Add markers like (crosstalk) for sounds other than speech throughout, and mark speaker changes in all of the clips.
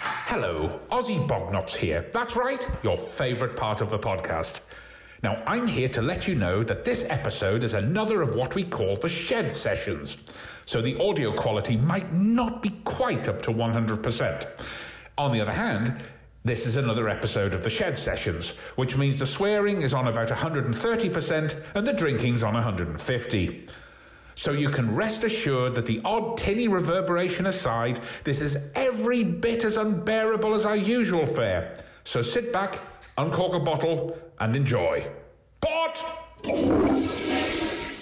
Speaker 1: Hello, Ozzy Bognops here. That's right, your favourite part of the podcast. Now, I'm here to let you know that this episode is another of what we call the shed sessions, so the audio quality might not be quite up to 100%. On the other hand, this is another episode of the shed sessions, which means the swearing is on about 130% and the drinking's on 150. So you can rest assured that the odd tinny reverberation aside, this is every bit as unbearable as our usual fare. So sit back, uncork a bottle, and enjoy. Port!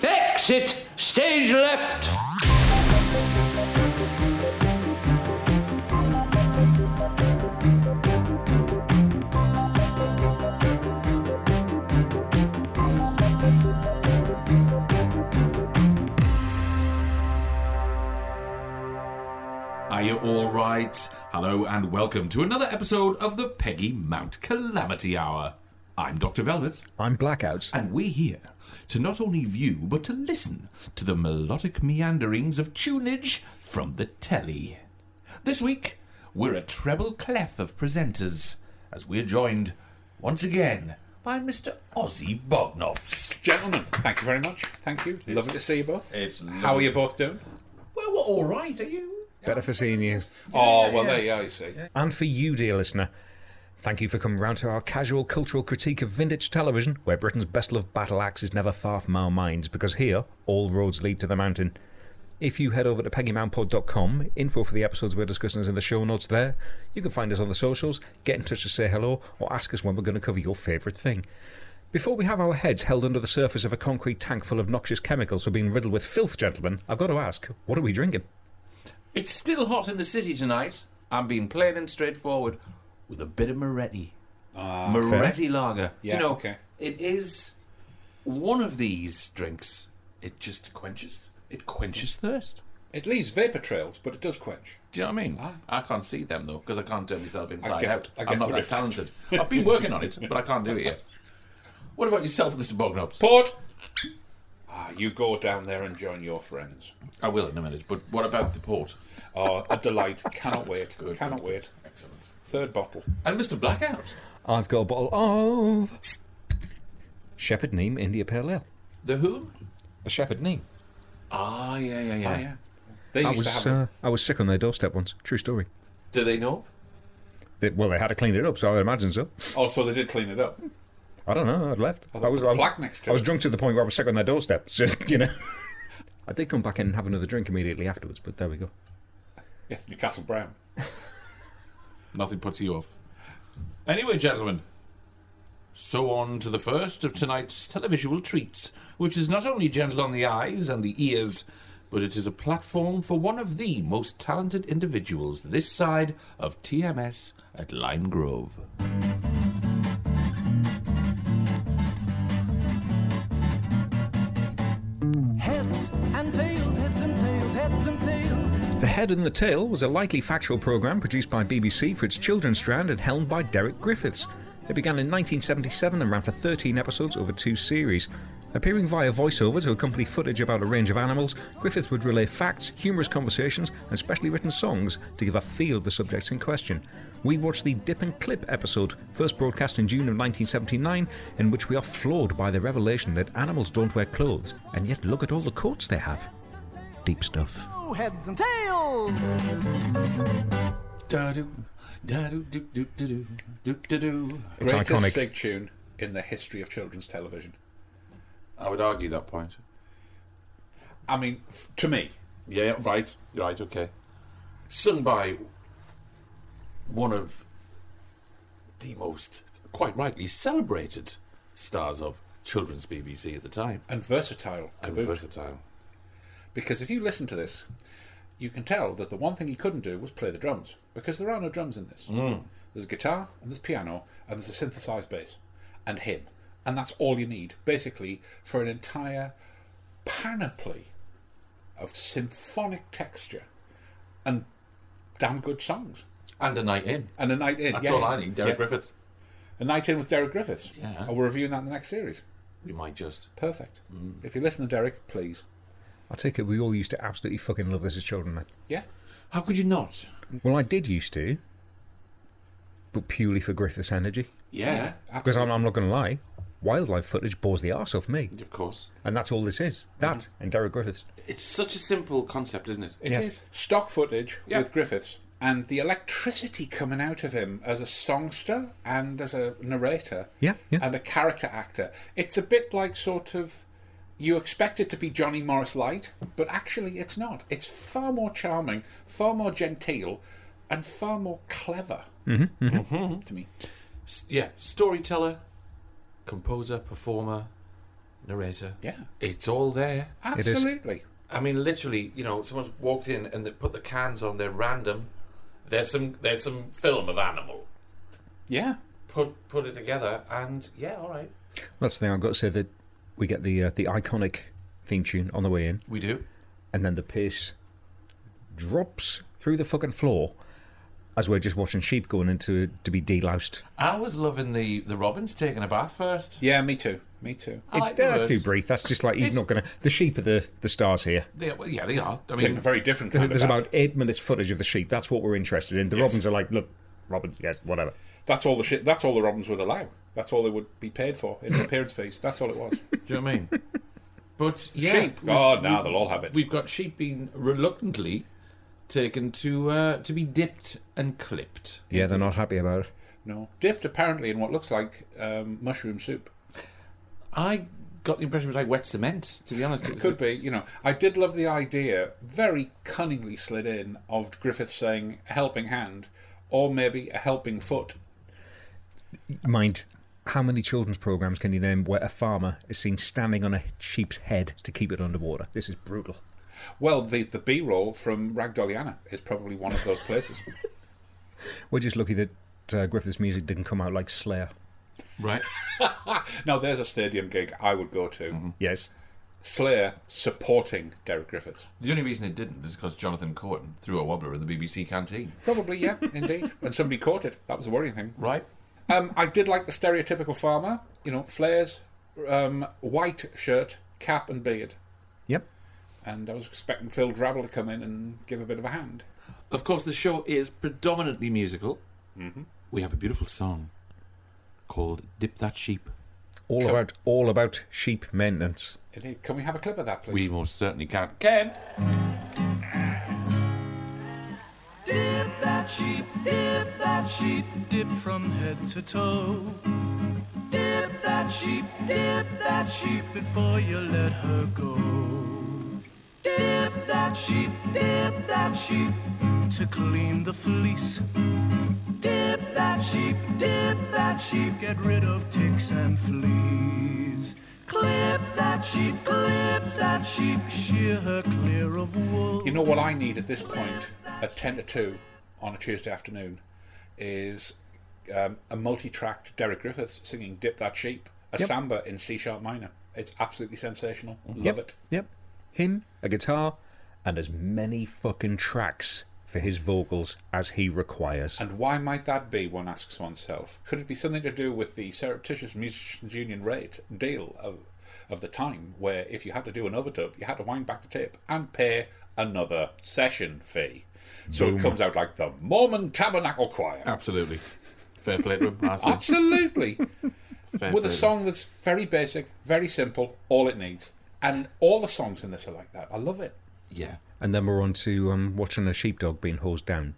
Speaker 2: Exit! Stage left!
Speaker 3: Are you all right? Hello and welcome to another episode of the Peggy Mount Calamity Hour. I'm Dr. Velvet,
Speaker 4: I'm blackout.
Speaker 3: and we're here to not only view but to listen to the melodic meanderings of tunage from the telly. This week, we're a treble clef of presenters as we're joined once again by Mr. Ozzy Bognops.
Speaker 5: Gentlemen, thank you very much. Thank you. lovely to see you both.
Speaker 3: It's
Speaker 5: How are you both doing?
Speaker 3: Well, we're all right, are you?
Speaker 4: Better for seeing you.
Speaker 5: oh, well, there you are, you see.
Speaker 4: And for you, dear listener. Thank you for coming round to our casual cultural critique of vintage television, where Britain's best loved battle axe is never far from our minds, because here, all roads lead to the mountain. If you head over to peggymountpod.com, info for the episodes we're discussing is in the show notes there. You can find us on the socials, get in touch to say hello, or ask us when we're going to cover your favourite thing. Before we have our heads held under the surface of a concrete tank full of noxious chemicals or being riddled with filth, gentlemen, I've got to ask, what are we drinking?
Speaker 3: It's still hot in the city tonight. I'm being plain and straightforward with a bit of Moretti. Moretti lager. Do
Speaker 5: Yeah,
Speaker 3: you know,
Speaker 5: okay.
Speaker 3: it is one of these drinks. It just quenches. It quenches thirst.
Speaker 5: It leaves vapour trails, but it does quench.
Speaker 3: Do you know what I mean? I can't see them though because I can't turn myself inside
Speaker 5: guess-
Speaker 3: out.
Speaker 5: I
Speaker 3: I'm
Speaker 5: guess
Speaker 3: not
Speaker 5: there
Speaker 3: that
Speaker 5: is.
Speaker 3: talented. I've been working on it, but I can't do it yet. What about yourself, Mr. Bognops?
Speaker 5: Port! Ah, you go down there and join your friends.
Speaker 3: I will in a minute. But what about the port?
Speaker 5: Oh, a delight. Cannot wait.
Speaker 3: (laughs) Good,
Speaker 5: Cannot
Speaker 3: good.
Speaker 5: wait.
Speaker 3: Excellent.
Speaker 5: Third bottle.
Speaker 3: And Mr. Blackout,
Speaker 4: I've got a bottle of Shepherd Neem India Pale Ale.
Speaker 3: the whom?
Speaker 4: The Shepherd Neem.
Speaker 3: Ah, yeah, yeah, yeah, yeah.
Speaker 5: They
Speaker 4: I
Speaker 5: used to
Speaker 4: was
Speaker 5: have.
Speaker 4: uh, I was sick on their doorstep once. True story.
Speaker 3: Do they know?
Speaker 4: They, well, they had to clean it up, so I would imagine so.
Speaker 5: Oh, so they did clean it up.
Speaker 4: I don't know. I'd left. I
Speaker 5: thought
Speaker 4: was
Speaker 5: the
Speaker 4: I was,
Speaker 5: plaque next to
Speaker 4: I was
Speaker 5: it.
Speaker 4: drunk to the point where I was sick on their doorstep. (laughs) So you know, I did come back in and have another drink immediately afterwards. But there we go.
Speaker 5: Yes, Newcastle Brown.
Speaker 3: (laughs) Nothing puts you off. Anyway, gentlemen, so on to the first of tonight's televisual treats, which is not only gentle on the eyes and the ears, but it is a platform for one of the most talented individuals this side of TMS at Lime Grove.
Speaker 6: Heads and tails, heads and tails, heads and tails.
Speaker 4: The Head and the Tail was a likely factual programme produced by BBC for its children's strand and helmed by Derek Griffiths. It began in 1977 and ran for 13 episodes over two series. Appearing via voiceover to accompany footage about a range of animals, Griffiths would relay facts, humorous conversations, and specially written songs to give a feel of the subjects in question. We watched the Dip and Clip episode, first broadcast in June of 1979, in which we are floored by the revelation that animals don't wear clothes, and yet look at all the coats they have. Deep stuff.
Speaker 6: Oh, heads and tails.
Speaker 3: Da-do, da-do, do-do, do-do, do-do-do.
Speaker 4: It's
Speaker 5: Greatest
Speaker 4: iconic.
Speaker 5: sig tune in the history of children's television.
Speaker 3: I would argue that point.
Speaker 5: I mean, f- to me,
Speaker 3: Yeah, right, right, okay. Sung by one of the most, quite rightly, celebrated stars of children's BBC at the time.
Speaker 5: and versatile to
Speaker 3: And
Speaker 5: boot.
Speaker 3: versatile.
Speaker 5: Because if you listen to this, you can tell that the one thing he couldn't do was play the drums, because there are no drums in this. There's guitar, and there's piano, and there's a synthesized bass, and him. And that's all you need, basically, for an entire panoply of symphonic texture and damn good songs.
Speaker 3: And a night in.
Speaker 5: And a night in.
Speaker 3: That's
Speaker 5: yeah,
Speaker 3: all
Speaker 5: yeah,
Speaker 3: I need. Derek
Speaker 5: yeah.
Speaker 3: Griffiths.
Speaker 5: A night in with Derek Griffiths.
Speaker 3: Yeah.
Speaker 5: And we're reviewing that in the next series.
Speaker 3: We might just.
Speaker 5: Perfect.
Speaker 3: Mm.
Speaker 5: If you listen to Derek, please.
Speaker 4: I take it we all used to absolutely fucking love this as children, then.
Speaker 5: Yeah.
Speaker 3: How could you not?
Speaker 4: Well, I did used to, but purely for Griffith's energy.
Speaker 3: Yeah,
Speaker 4: Because
Speaker 5: Absolutely.
Speaker 4: I'm, I'm not going to lie, wildlife footage bores the arse off me.
Speaker 3: of course.
Speaker 4: And that's all this is. That
Speaker 3: Mm-hmm.
Speaker 4: and Derek Griffiths.
Speaker 3: It's such a simple concept, isn't it?
Speaker 5: It is
Speaker 4: Yes.
Speaker 5: stock footage
Speaker 3: Yeah.
Speaker 5: with Griffiths and the electricity coming out of him as a songster and as a narrator
Speaker 4: Yeah, yeah.
Speaker 5: and a character actor. It's a bit like sort of you expect it to be Johnny Morris Light, but actually it's not. It's far more charming, far more genteel, and far more clever
Speaker 4: Mm-hmm,
Speaker 5: Mm-hmm. to me.
Speaker 3: S- yeah, storyteller, composer, performer, narrator.
Speaker 5: Yeah.
Speaker 3: it's all there.
Speaker 4: is.
Speaker 5: Absolutely.
Speaker 3: I mean, literally, you know, someone's walked in and they put the cans on. They're random. There's some. There's some film of animal.
Speaker 5: Yeah.
Speaker 3: Put put it together, and yeah, all right.
Speaker 4: That's the thing I've got to say that we get the uh, the iconic theme tune on the way in,
Speaker 3: We do.
Speaker 4: and then the pace drops through the fucking floor as we're just watching sheep going into to be deloused.
Speaker 3: I was loving the the Robins taking a bath first.
Speaker 5: Yeah, me too. Me too.
Speaker 3: I
Speaker 4: It's,
Speaker 3: like the
Speaker 4: that's too
Speaker 3: words.
Speaker 4: brief. That's just like he's
Speaker 3: It's-
Speaker 4: not going to. The sheep are the the stars here.
Speaker 3: They, well, yeah, they are. I
Speaker 5: Taking
Speaker 3: mean,
Speaker 5: a very different kind
Speaker 4: There's
Speaker 5: of
Speaker 4: about
Speaker 5: bath.
Speaker 4: eight minutes footage of the sheep. That's what we're interested in. The robins are like, look, robins, yes, whatever.
Speaker 5: That's all the shit. That's all the Robins would allow. That's all they would be paid for in
Speaker 3: (laughs)
Speaker 5: appearance fees. That's all it was.
Speaker 3: do you know what I
Speaker 5: (laughs)
Speaker 3: mean? But (laughs) yeah,
Speaker 5: Sheep.
Speaker 3: we-
Speaker 5: Oh, now they'll all have it.
Speaker 3: We've got sheep being reluctantly taken to uh, to be dipped and clipped.
Speaker 4: Yeah, they're not happy about it.
Speaker 5: No. Dipped apparently in what looks like um, mushroom soup.
Speaker 3: I got the impression it was like wet cement. To be honest, it was
Speaker 5: Could be, you know. I did love the idea, very cunningly slid in, of Griffith saying helping hand or maybe a helping foot.
Speaker 4: Mind, how many children's programs can you name where a farmer is seen standing on a sheep's head to keep it underwater? This is brutal.
Speaker 5: Well, the, the B roll from Ragdoliana is probably one of those
Speaker 3: (laughs)
Speaker 5: places.
Speaker 4: We're just lucky that uh, Griffith's music didn't come out like Slayer.
Speaker 5: (laughs)
Speaker 3: right.
Speaker 5: now, there's a stadium gig I would go to.
Speaker 3: Mm-hmm.
Speaker 4: Yes.
Speaker 5: Slayer supporting Derek Griffiths.
Speaker 3: The only reason it didn't is because Jonathan Cohen threw a wobbler in the BBC canteen.
Speaker 5: Probably,
Speaker 3: (laughs)
Speaker 5: yeah, indeed. And somebody caught it. That was the worrying thing.
Speaker 3: Right.
Speaker 5: Um, I did like the stereotypical farmer, you know, flares, um, white shirt, cap, and beard.
Speaker 4: Yep.
Speaker 5: and I was expecting Phil Drabble to come in and give a bit of a hand.
Speaker 3: Of course, the show is predominantly musical.
Speaker 5: Mm-hmm.
Speaker 3: We have a beautiful song called "Dip That Sheep."
Speaker 4: All about all about sheep maintenance.
Speaker 5: Indeed. Can we have a clip of that, please?
Speaker 3: We most certainly can. Ken,
Speaker 6: Dip that sheep, dip that sheep, dip from head to toe. Dip that sheep, dip that sheep before you let her go. Dip that sheep, dip that sheep to clean the fleece. Dip that sheep, dip that sheep, get rid of ticks and fleas. Clip that sheep, clip that sheep, shear her clear of wool.
Speaker 5: You know what I need at this point, at 10 to 2 on a Tuesday afternoon, is um, a multi tracked Derek Griffiths singing Dip That Sheep, a samba in C sharp minor. It's absolutely sensational. Love it.
Speaker 4: Yep. Him, a guitar, and as many fucking tracks for his vocals as he requires.
Speaker 5: And why might that be, one asks oneself? Could it be something to do with the surreptitious musicians union rate deal of, of the time, where if you had to do an overdub, you had to wind back the tape and pay another session fee? So it comes out like the Mormon Tabernacle Choir.
Speaker 4: (laughs)
Speaker 3: absolutely. Fair
Speaker 5: (laughs)
Speaker 3: play to him. I say.
Speaker 5: Absolutely.
Speaker 3: Fair
Speaker 5: with a
Speaker 3: play to him.
Speaker 5: song that's very basic, very simple, all it needs. And all the songs in this are like that. I love it.
Speaker 3: Yeah.
Speaker 4: And then we're on to um, watching a sheepdog being hosed down.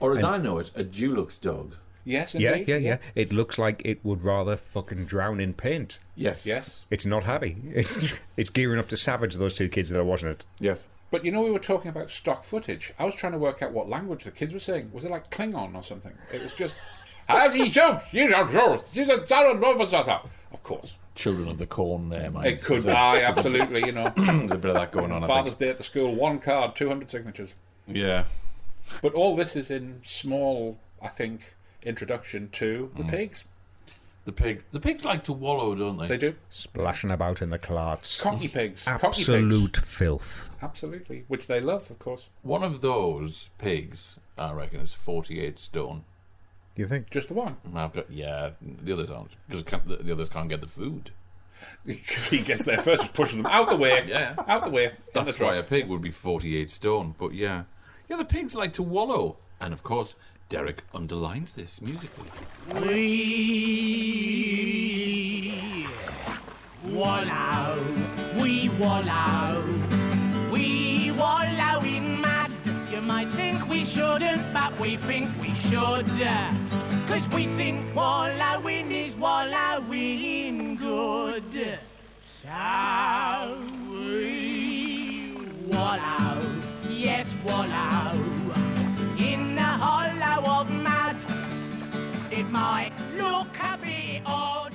Speaker 3: Or as I know it, a Dulux dog.
Speaker 5: Yes,
Speaker 4: Yeah,
Speaker 5: indeed.
Speaker 4: yeah, yeah. It looks like it would rather fucking drown in paint.
Speaker 3: Yes.
Speaker 5: Yes.
Speaker 4: It's not happy. It's (laughs) it's gearing up to savage those two kids that are watching it.
Speaker 3: Yes.
Speaker 5: But you know, we were talking about stock footage. I was trying to work out what language the kids were saying. Was it like Klingon or something? It was just. (laughs) How's he so? You don't know. She's a Darren Rovasata. Of course.
Speaker 3: Children of the Corn. There, mate.
Speaker 5: It could
Speaker 3: There's a-
Speaker 5: be. Aye, absolutely, you know.
Speaker 3: There's a bit of that going on. I
Speaker 5: Father's
Speaker 3: think.
Speaker 5: Day at the school, one card, 200 signatures.
Speaker 3: Yeah.
Speaker 5: But all this is in small, I think, introduction to the pigs.
Speaker 3: The pig. The pigs like to wallow, don't they?
Speaker 5: They do.
Speaker 4: Splashing about in the clarts.
Speaker 5: Cockney pigs. Cockney pigs.
Speaker 4: Absolute filth.
Speaker 5: Absolutely. Which they love, of course.
Speaker 3: One of those pigs, I reckon, is 48 stone.
Speaker 4: You think?
Speaker 5: Just the one. (laughs)
Speaker 3: And I've got yeah. The others aren't because the the others can't get the food.
Speaker 5: Because he gets there first, just pushing them out the way.
Speaker 3: (laughs) Yeah.
Speaker 5: Out the way. down the
Speaker 3: That's why
Speaker 5: trough.
Speaker 3: a pig would be 48 stone, but yeah. Yeah, the pigs like to wallow. And of course, Derek underlined this musically.
Speaker 7: We wallow, we wallow, we wallow in mud. You might think we shouldn't, but we think we should. Cause we think wallowing is wallowing good. So we wallow, yes, wallow, in the hollow of mud. It might look a bit odd,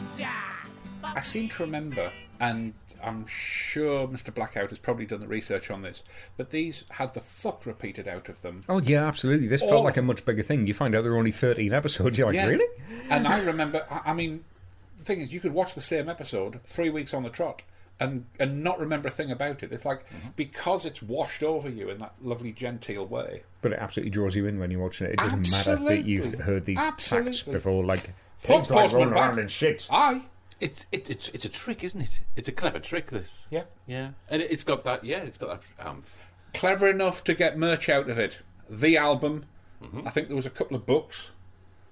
Speaker 7: but
Speaker 5: I seem to remember, and I'm sure Mr. Blackout has probably done the research on this, that these had the fuck repeated out of them.
Speaker 4: Oh yeah, absolutely. This
Speaker 5: All-
Speaker 4: felt like a much bigger thing. You find out there are only 13 episodes. You're like, really?
Speaker 5: And I remember, I, I mean, the thing is, you could watch the same episode three weeks on the trot and, and not remember a thing about it. It's like, because it's washed over you in that lovely, genteel way.
Speaker 4: But it absolutely draws you in when you're watching it. It doesn't matter that you've
Speaker 5: Absolutely.
Speaker 4: heard these facts
Speaker 5: Absolutely.
Speaker 4: before, like
Speaker 5: Fuck
Speaker 4: things like rolling
Speaker 5: Postman
Speaker 4: around
Speaker 5: Pat.
Speaker 4: in shit.
Speaker 5: Aye.
Speaker 3: It's it, it's it's a trick, isn't it? It's a clever trick. This.
Speaker 5: Yeah.
Speaker 3: Yeah. And it, it's got that. Yeah. It's got that. Um, f-
Speaker 5: Clever enough to get merch out of it. The album. I think there was a couple of books.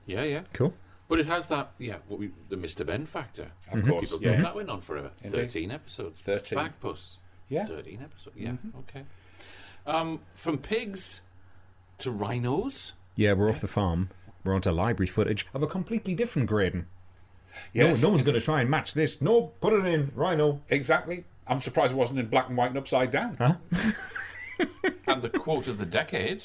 Speaker 3: yeah. Yeah.
Speaker 4: Cool.
Speaker 3: But it has that. Yeah. What we the Mr. Ben factor.
Speaker 5: Of course.
Speaker 3: People
Speaker 5: Mm-hmm. yeah.
Speaker 3: thought that went on forever. Thirteen Mm-hmm. episodes.
Speaker 5: 13.
Speaker 3: Bagpuss.
Speaker 5: Yeah.
Speaker 3: Thirteen episodes. Yeah. Okay. Um, from pigs to rhinos.
Speaker 4: Yeah, we're off the farm. We're onto library footage of a completely different grading.
Speaker 5: Yes.
Speaker 4: No, no one's going to try and match this. No, put it in, Rhino.
Speaker 5: Exactly. I'm surprised it wasn't in black and white and upside down.
Speaker 3: and the quote of the decade.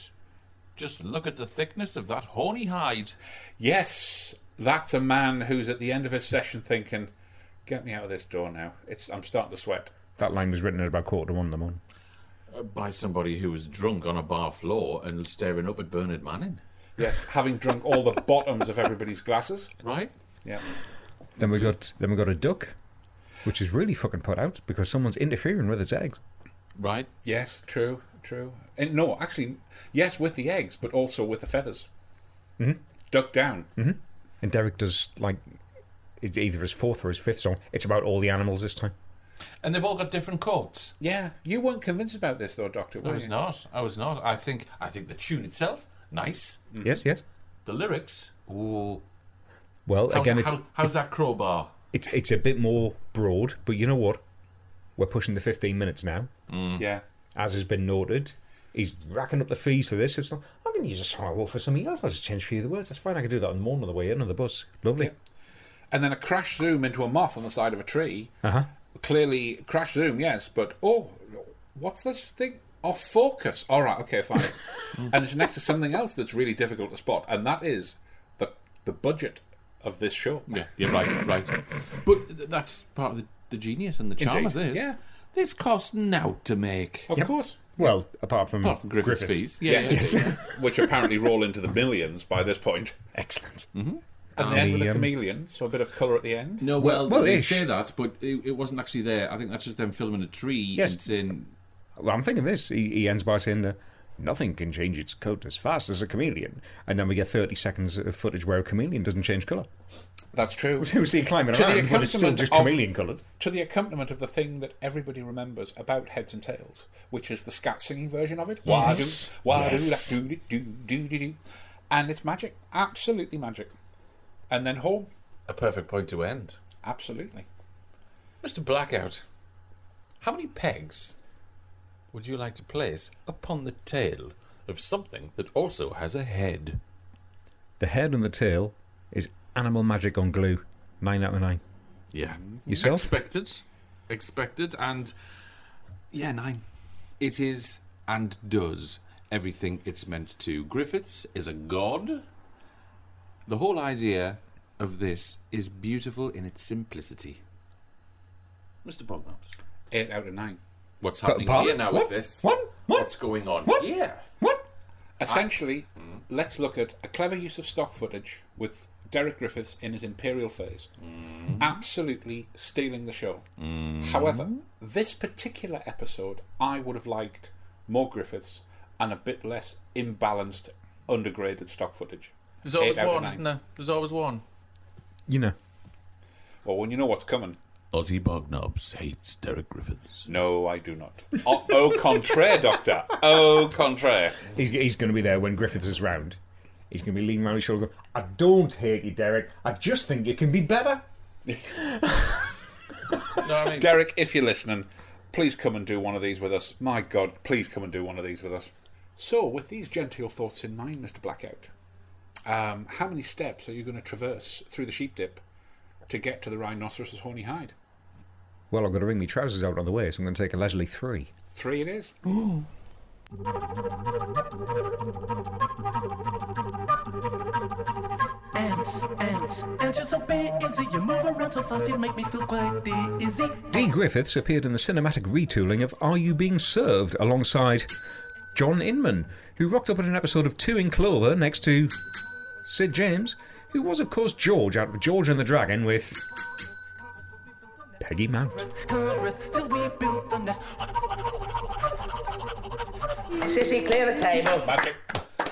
Speaker 3: Just look at the thickness of that horny hide.
Speaker 5: Yes, that's a man who's at the end of his session thinking, "Get me out of this door now. It's I'm starting to sweat."
Speaker 4: That line was written at about quarter to one in the morning.
Speaker 3: Uh, By somebody who was drunk on a bar floor and staring up at Bernard Manning.
Speaker 5: Yes, having drunk all the bottoms of everybody's glasses.
Speaker 3: Right?
Speaker 5: Yeah.
Speaker 4: Then we got then we got a duck, which is really fucking put out because someone's interfering with its eggs.
Speaker 3: Right.
Speaker 5: Yes, true, true. And no, actually, yes, with the eggs, but also with the feathers. Mm-hmm. Duck down.
Speaker 3: Mm-hmm.
Speaker 4: And Derek does like it's either his fourth or his fifth song. It's about all the animals this time.
Speaker 3: And they've all got different chords.
Speaker 5: Yeah, you weren't convinced about this though, Doctor.
Speaker 3: I
Speaker 5: Were
Speaker 3: was
Speaker 5: you?
Speaker 3: not. I was not. I think I think the tune itself, nice.
Speaker 4: Yes, yes.
Speaker 3: The lyrics, ooh.
Speaker 4: Well,
Speaker 3: How's,
Speaker 4: again, it's,
Speaker 3: how, how's that crowbar?
Speaker 4: it's it's a bit more broad, but you know what? We're pushing the fifteen minutes now,
Speaker 5: Yeah.
Speaker 4: as has been noted. He's racking up the fees for this. It's not, I'm going to use a sidewall for something else. I'll just change a few of the words. That's fine. I can do that on the morning on the way in on the bus. Lovely.
Speaker 5: And then a crash zoom into a moth on the side of a tree. Uh huh. Clearly, crash zoom, yes, but oh, what's this thing? Off focus. All right, okay, (laughs) fine. and it's next to something else that's really difficult to spot, and that is the the budget of this show.
Speaker 3: Yeah, yeah, right, right. But th- that's part of the, the genius and the charm of
Speaker 5: Indeed,
Speaker 3: this.
Speaker 5: yeah.
Speaker 3: This costs now to make.
Speaker 5: Of course.
Speaker 4: Well, apart from,
Speaker 3: Apart from Griffith's,
Speaker 4: Griffiths.
Speaker 3: fees. Yeah,
Speaker 5: Yes,
Speaker 3: yeah.
Speaker 5: (laughs) which apparently roll into the millions by this point.
Speaker 4: Excellent.
Speaker 3: Mm-hmm.
Speaker 5: And then with
Speaker 4: the,
Speaker 5: a
Speaker 4: um,
Speaker 5: chameleon, so a bit of colour at the end.
Speaker 3: No, well,
Speaker 4: well,
Speaker 3: they
Speaker 4: ish.
Speaker 3: say that, but it, it wasn't actually there. I think that's just them filming a tree
Speaker 4: Yes.
Speaker 3: and saying,
Speaker 4: Well, I'm thinking this. He, he ends by saying, uh, "Nothing can change its coat as fast as a chameleon," and then we get 30 seconds of footage where a chameleon doesn't change colour. (laughs)
Speaker 5: That's true.
Speaker 4: We see it climbing
Speaker 5: To the
Speaker 4: around, but it's still
Speaker 5: accompaniment
Speaker 4: just
Speaker 5: of-
Speaker 4: chameleon coloured.
Speaker 5: to the accompaniment of the thing that everybody remembers about Heads and Tails, which is the scat singing version of it.
Speaker 4: Yes.
Speaker 5: Wah-doo, wah-doo,
Speaker 4: Yes.
Speaker 5: da, doo, doo, doo, doo, doo. And it's magic. Absolutely magic. And then home.
Speaker 3: a perfect point to end.
Speaker 5: Absolutely.
Speaker 3: Mr. Blackout, how many pegs would you like to place upon the tail of something that also has a head?
Speaker 4: The head and the tail is animal magic on glue. Nine out of nine.
Speaker 3: Yeah.
Speaker 4: Yourself?
Speaker 3: Expected. Expected. And yeah, nine. It is and does everything it's meant to. Griffiths is a god. The whole idea of this is beautiful in its simplicity. Mr. Bognops,
Speaker 5: Eight out of nine.
Speaker 3: what's happening
Speaker 4: pardon?
Speaker 3: here now
Speaker 4: What?
Speaker 3: with this?
Speaker 4: What? What?
Speaker 3: What's going on
Speaker 4: What?
Speaker 3: here?
Speaker 4: What?
Speaker 5: Essentially, let's look at a clever use of stock footage with Derek Griffiths in his Imperial phase.
Speaker 3: Mm-hmm.
Speaker 5: Absolutely stealing the show. However, this particular episode, I would have liked more Griffiths and a bit less imbalanced, undergraded stock footage.
Speaker 3: There's always
Speaker 5: Eight out of
Speaker 3: one,
Speaker 5: nine.
Speaker 3: isn't there? There's always one.
Speaker 4: You know.
Speaker 5: Well, when you know what's coming.
Speaker 3: Ozzy Bognobs hates Derek Griffiths.
Speaker 5: No, I do not. (laughs) Oh, Au, au contraire, Doctor. Au contraire.
Speaker 4: He's, he's going to be there when Griffiths is round. He's going to be leaning around his shoulder going, I don't hate you, Derek. I just think you can be better.
Speaker 3: No, I mean,
Speaker 5: Derek, if you're listening, please come and do one of these with us. My God, please come and do one of these with us. So, with these genteel thoughts in mind, Mr. Blackout, um, how many steps are you going to traverse through the sheep dip to get to the rhinoceros's horny hide?
Speaker 4: Well, I've got to wring my trousers out on the way, so I'm going to take a leisurely three.
Speaker 5: Three it is.
Speaker 8: Ants, ants, ants, you're so busy. You move around so fast, it make me feel quite dizzy.
Speaker 4: Dee Griffiths appeared in the cinematic retooling of Are You Being Served alongside John Inman, who rocked up at an episode of Two in Clover next to Sid James, who was, of course, George out of George and the Dragon with Peggy Mount.
Speaker 8: Rest, can't rest till we build the nest.
Speaker 9: Sissy, clear the table.
Speaker 5: Magic.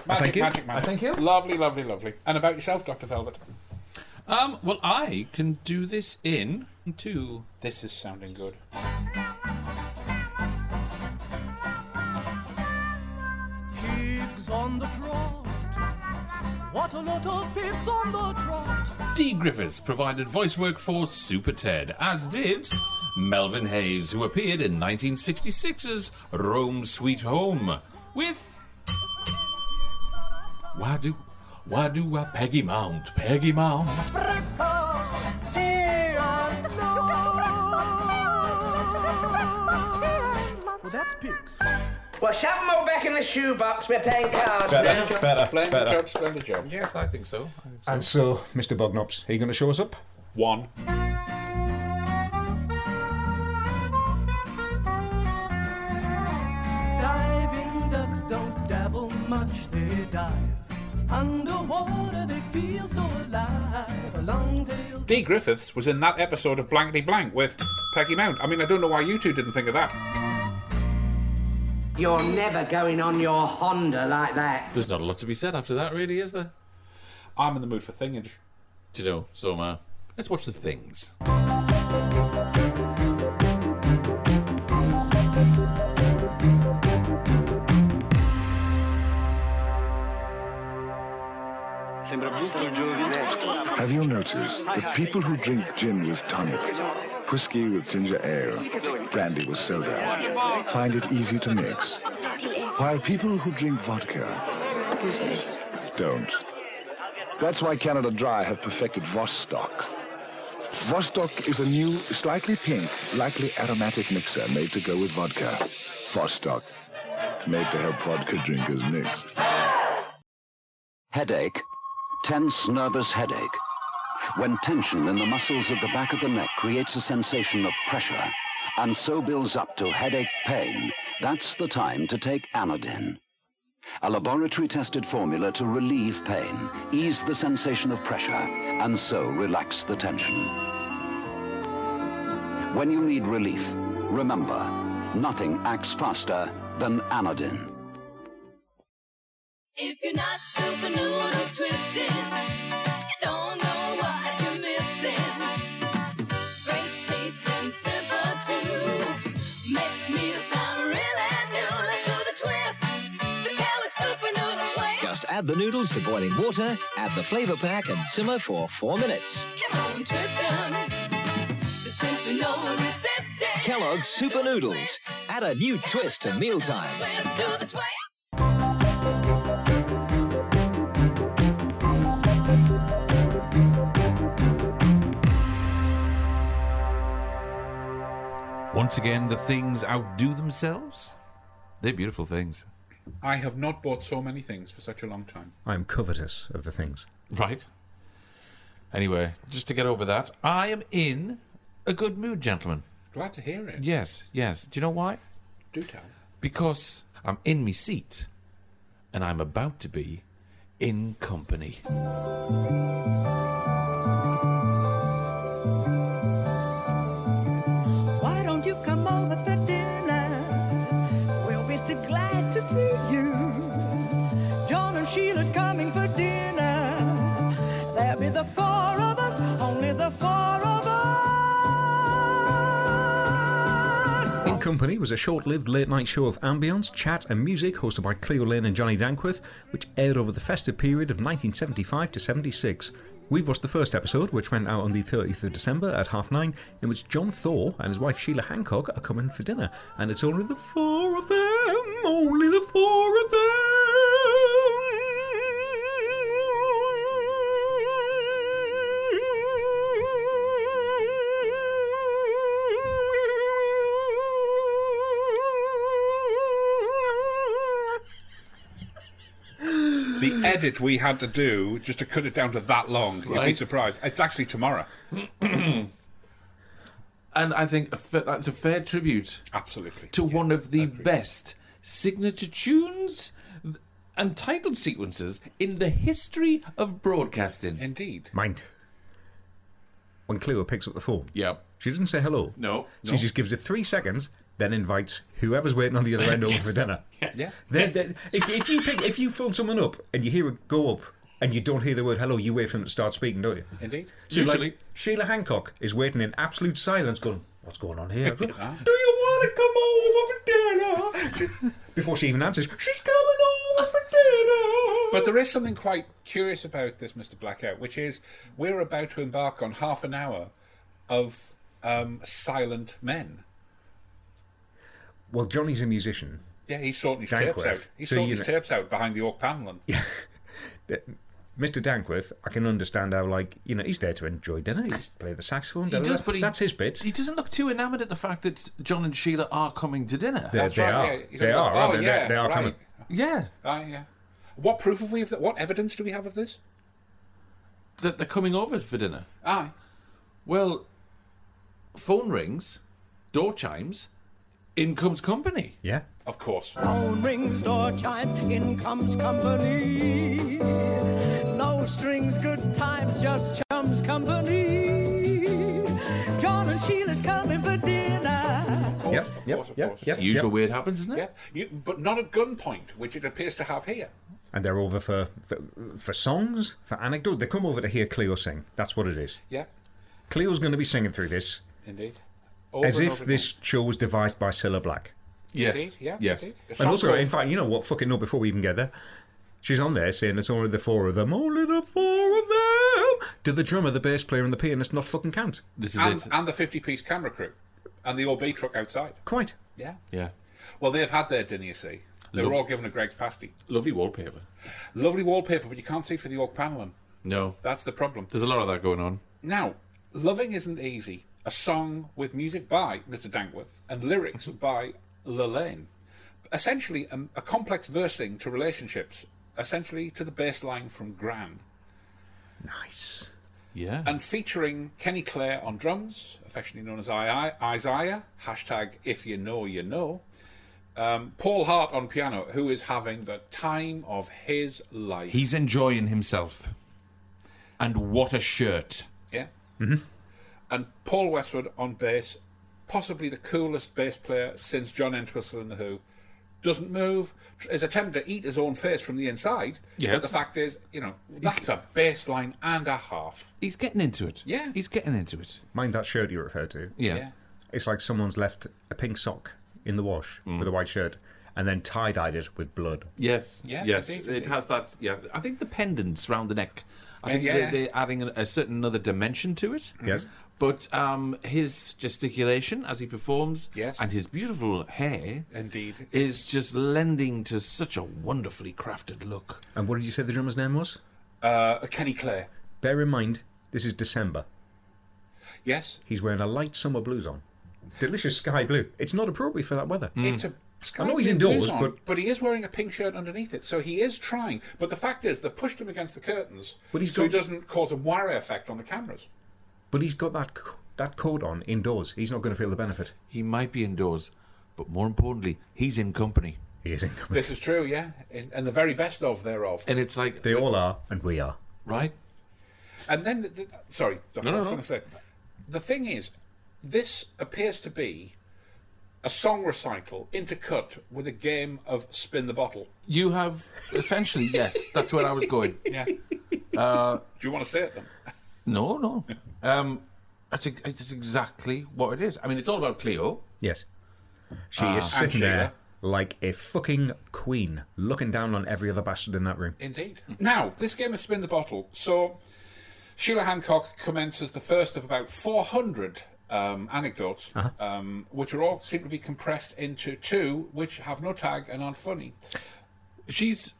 Speaker 5: Magic,
Speaker 4: thank you.
Speaker 5: magic, magic.
Speaker 4: I thank you.
Speaker 5: Lovely, lovely, lovely. And about yourself, Dr. Velvet.
Speaker 3: um, well, I can do this in two.
Speaker 5: This is sounding good.
Speaker 6: Pigs on the trot. What a lot of pigs on the trot.
Speaker 3: D. Griffiths provided voice work for Super Ted, as did Melvin Hayes, who appeared in 1966's Rome Sweet Home with. Why do. Why do I Peggy Mount? Peggy Mount.
Speaker 6: Breakfast, tea and lunch. Well, that's pigs.
Speaker 9: Well, shove 'em all back in the shoebox. We're playing cards now.
Speaker 4: better,
Speaker 5: Blame the job, blame the job.
Speaker 3: Yes, I think so. I think so.
Speaker 4: And so, Mr. Bognops, are you going to show us up?
Speaker 5: One.
Speaker 6: Diving ducks don't dabble much, they dive. Underwater, they feel so alive. A long tail
Speaker 5: Dee Griffiths was in that episode of Blankety Blank with Peggy Mount. I mean, I don't know why you two didn't think of that.
Speaker 9: You're never going on your Honda like that.
Speaker 3: There's not a lot to be said after that, really, is there?
Speaker 5: I'm in the mood for thingage.
Speaker 3: Do you know? So, uh, let's watch the things.
Speaker 10: Have you noticed that people who drink gin with tonic, whiskey with ginger ale, brandy with soda find it easy to mix, while people who drink vodka don't? That's why Canada Dry have perfected Vostok. Vostok is a new, slightly pink, lightly aromatic mixer made to go with vodka. Vostok, made to help vodka drinkers mix.
Speaker 11: Headache. Tense, nervous headache. When tension in the muscles at the back of the neck creates a sensation of pressure and so builds up to headache pain, that's the time to take Anodin. A laboratory tested formula to relieve pain, ease the sensation of pressure, and so relax the tension. When you need relief, remember nothing acts faster than Anodin.
Speaker 12: If you're not super noodle twisted, don't know what you're missing. Great taste and simple too. Make mealtime really new. Let's do the twist. The Kellogg's super noodle twist.
Speaker 11: Just add the noodles to boiling water, add the flavor pack, and simmer for four minutes.
Speaker 12: Come on, twist 'em. There's simply no resistance.
Speaker 11: Kellogg's Super Noodles. Add a new twist to mealtimes.
Speaker 12: Let's do the twist.
Speaker 3: Once again, the things outdo themselves. They're beautiful things.
Speaker 5: I have not bought so many things for such a long time.
Speaker 4: I am covetous of the things.
Speaker 3: Right. Anyway, just to get over that, I am in a good mood, gentlemen.
Speaker 5: Glad to hear it.
Speaker 3: Yes, yes. Do you know why?
Speaker 5: Do tell.
Speaker 3: Because I'm in me seat and I'm about to be in company.
Speaker 8: Why don't you come over for dinner? We'll be so glad to see you. John and Sheila's coming for dinner. There'll be the four of us, only the four of us.
Speaker 4: In Company was a short lived late night show of ambience, chat, and music hosted by Cleo Lane and Johnny Danquith, which aired over the festive period of 1975 to 76. We've watched the first episode, which went out on the 30th of December at half nine, in which John Thor and his wife Sheila Hancock are coming for dinner, and it's only the four of them, only the four of them.
Speaker 5: The edit we had to do just to cut it down to that long, you'd be
Speaker 3: Right.
Speaker 5: surprised. It's actually tomorrow.
Speaker 3: and I think a fa- that's a fair tribute.
Speaker 5: Absolutely.
Speaker 3: To one of the best signature tunes th- and title sequences in the history of broadcasting.
Speaker 5: Indeed.
Speaker 4: Mind. When Cleo picks up the phone,
Speaker 3: Yep.
Speaker 4: she doesn't say hello.
Speaker 3: No.
Speaker 4: She
Speaker 3: No.
Speaker 4: just gives it three seconds, then invites whoever's waiting on the other end over for dinner.
Speaker 3: (laughs) Yes. Yeah.
Speaker 4: Then- then- if, if you pick, if you phone someone up and you hear it go up and you don't hear the word hello, you wait for them to start speaking, don't you?
Speaker 5: Indeed.
Speaker 4: So
Speaker 3: Usually.
Speaker 4: like, Sheila Hancock is waiting in absolute silence, going, "What's going on here?"
Speaker 5: Do
Speaker 4: you want to come over for dinner? Before she even answers, she's coming over for dinner.
Speaker 5: But there is something quite curious about this, Mr. Blackout, which is we're about to embark on half an hour of um, silent men.
Speaker 4: Well, Johnny's a musician.
Speaker 5: Yeah, he's sorting his
Speaker 4: Dank
Speaker 5: tapes
Speaker 4: with.
Speaker 5: out. He's
Speaker 4: So
Speaker 5: sorting
Speaker 4: you
Speaker 5: his
Speaker 4: know-
Speaker 5: tapes out behind the Orc paneling.
Speaker 4: Mr. Dankworth, I can understand how, like, you know, he's there to enjoy dinner. He's playing the saxophone.
Speaker 3: He
Speaker 4: da, da,
Speaker 3: does,
Speaker 4: da.
Speaker 3: but he,
Speaker 4: that's his bit.
Speaker 3: He doesn't look too enamoured at the fact that John and Sheila are coming to dinner.
Speaker 4: They- That's they right, are. yeah. He's They always- are, aren't
Speaker 5: Oh,
Speaker 4: they? They-
Speaker 5: yeah,
Speaker 4: they are
Speaker 5: right.
Speaker 4: coming.
Speaker 3: Yeah.
Speaker 5: Ah, yeah. What proof have we of that? What evidence do we have of this?
Speaker 3: That they're coming over for dinner.
Speaker 5: Aye.
Speaker 3: Well, phone rings, door chimes, in comes company.
Speaker 4: Yeah.
Speaker 5: Of course.
Speaker 8: Phone rings, door chimes, in comes company. No strings, good times, just chums company. John and Sheila's coming for dinner.
Speaker 5: Of course,
Speaker 4: Yep,
Speaker 5: of
Speaker 4: yep,
Speaker 5: course, of
Speaker 4: yep,
Speaker 5: course.
Speaker 4: yep,
Speaker 3: It's the usual way it happens, isn't it?
Speaker 5: Yep. You, but not at gunpoint, which it appears to have here.
Speaker 4: And they're over for, for for songs, for anecdote. They come over to hear Cleo sing. That's what it is.
Speaker 5: Yeah,
Speaker 4: Cleo's going to be singing through this
Speaker 5: indeed. Over
Speaker 4: as
Speaker 5: and
Speaker 4: if
Speaker 5: over
Speaker 4: this show was devised by Cilla Black.
Speaker 3: Yes.
Speaker 5: Indeed, yeah,
Speaker 3: Yes.
Speaker 5: indeed. It's
Speaker 4: And also,
Speaker 5: not-
Speaker 4: in fact, you know what? Fucking no, before we even get there, she's on there saying it's only the four of them. Only the four of them. Do the drummer, the bass player, and the pianist not fucking count?
Speaker 3: This is
Speaker 5: and,
Speaker 3: it.
Speaker 5: and the 50 piece camera crew and the OB truck outside.
Speaker 4: Quite.
Speaker 5: Yeah.
Speaker 3: yeah.
Speaker 5: Well, they've had their dinner, you see. They were
Speaker 3: Lovely.
Speaker 5: all given a Greg's pasty.
Speaker 3: Lovely wallpaper.
Speaker 5: Lovely wallpaper, but you can't see for the York panelling.
Speaker 3: No.
Speaker 5: That's the problem.
Speaker 3: There's a lot of that going on.
Speaker 5: Now, Loving Isn't Easy, a song with music by Mr. Dankworth and lyrics by Lillane. Essentially, um, a complex versing to relationships, essentially to the bass line from Gran.
Speaker 4: Nice.
Speaker 3: Yeah.
Speaker 5: and featuring Kenny Clare on drums, affectionately known as I- I- Isaiah, hashtag if you know, you know. Um, Paul Hart on piano, who is having the time of his life.
Speaker 3: He's enjoying himself. And what a shirt.
Speaker 5: yeah.
Speaker 4: Mm-hmm.
Speaker 5: And Paul Westwood on bass, possibly the coolest bass player since John Entwistle in The Who. Doesn't move, tr- his attempt to eat his own face from the inside. But
Speaker 3: Yes.
Speaker 5: the fact is, you know, that's a bass line and a half.
Speaker 3: He's getting into it.
Speaker 5: Yeah.
Speaker 3: He's getting into it.
Speaker 4: Mind that shirt you referred to.
Speaker 3: Yes.
Speaker 5: Yeah.
Speaker 4: It's like someone's left a pink sock in the wash with a white shirt and then tie dyed it with blood.
Speaker 3: Yes.
Speaker 5: Yeah,
Speaker 3: Yes.
Speaker 5: indeed,
Speaker 3: It
Speaker 5: indeed.
Speaker 3: has that. Yeah. I think the pendants round the neck. I
Speaker 5: Yeah,
Speaker 3: think
Speaker 5: yeah,
Speaker 3: they're,
Speaker 5: yeah. Mm-hmm.
Speaker 3: they're adding a, a certain other dimension to it.
Speaker 4: Yes.
Speaker 3: But um, his gesticulation as he performs,
Speaker 5: Yes.
Speaker 3: and his beautiful hair,
Speaker 5: Indeed.
Speaker 3: is just lending to such a wonderfully crafted look.
Speaker 4: And what did you say the drummer's name was?
Speaker 5: Uh, Kenny Clare.
Speaker 4: Bear in mind, this is December.
Speaker 5: Yes,
Speaker 4: He's wearing a light summer blues on. Delicious sky blue. It's not appropriate for that weather.
Speaker 5: It's a sky
Speaker 4: Mm. I know he's
Speaker 5: blue
Speaker 4: indoors,
Speaker 5: blouson,
Speaker 4: but-
Speaker 5: he is wearing a pink shirt underneath it, so he is trying. But the fact is, they've pushed him against the curtains,
Speaker 4: But he's
Speaker 5: so he
Speaker 4: got-
Speaker 5: doesn't cause a wire effect on the cameras.
Speaker 4: But he's got that co- that coat on indoors. He's not going to feel the benefit.
Speaker 3: He might be indoors, but more importantly, he's in company.
Speaker 4: He is incoming.
Speaker 5: This is true, yeah, and, and the very best of thereof.
Speaker 3: And it's like,
Speaker 4: They all are, and we are.
Speaker 3: right?
Speaker 5: And then, the, the- sorry, Doctor,
Speaker 3: No, no,
Speaker 5: I was
Speaker 3: no.
Speaker 5: going to say, the thing is, this appears to be a song recital intercut with a game of spin the bottle.
Speaker 3: You have essentially,
Speaker 5: (laughs)
Speaker 3: yes, that's where I was going.
Speaker 5: Yeah. (laughs) Do you want to say it then?
Speaker 3: No, no. Um, that's, ex- that's exactly what it is. I mean, it's all about Cleo.
Speaker 4: Yes. She
Speaker 5: Ah.
Speaker 4: is
Speaker 5: And
Speaker 4: sitting
Speaker 5: Sheila.
Speaker 4: there like a fucking queen, looking down on every other bastard in that room.
Speaker 5: Indeed. Now, this game has spin the bottle. So, Sheila Hancock commences the first of about 400 um, anecdotes, um, which are all seem to be compressed into two, which have no tag and aren't funny.
Speaker 3: She's.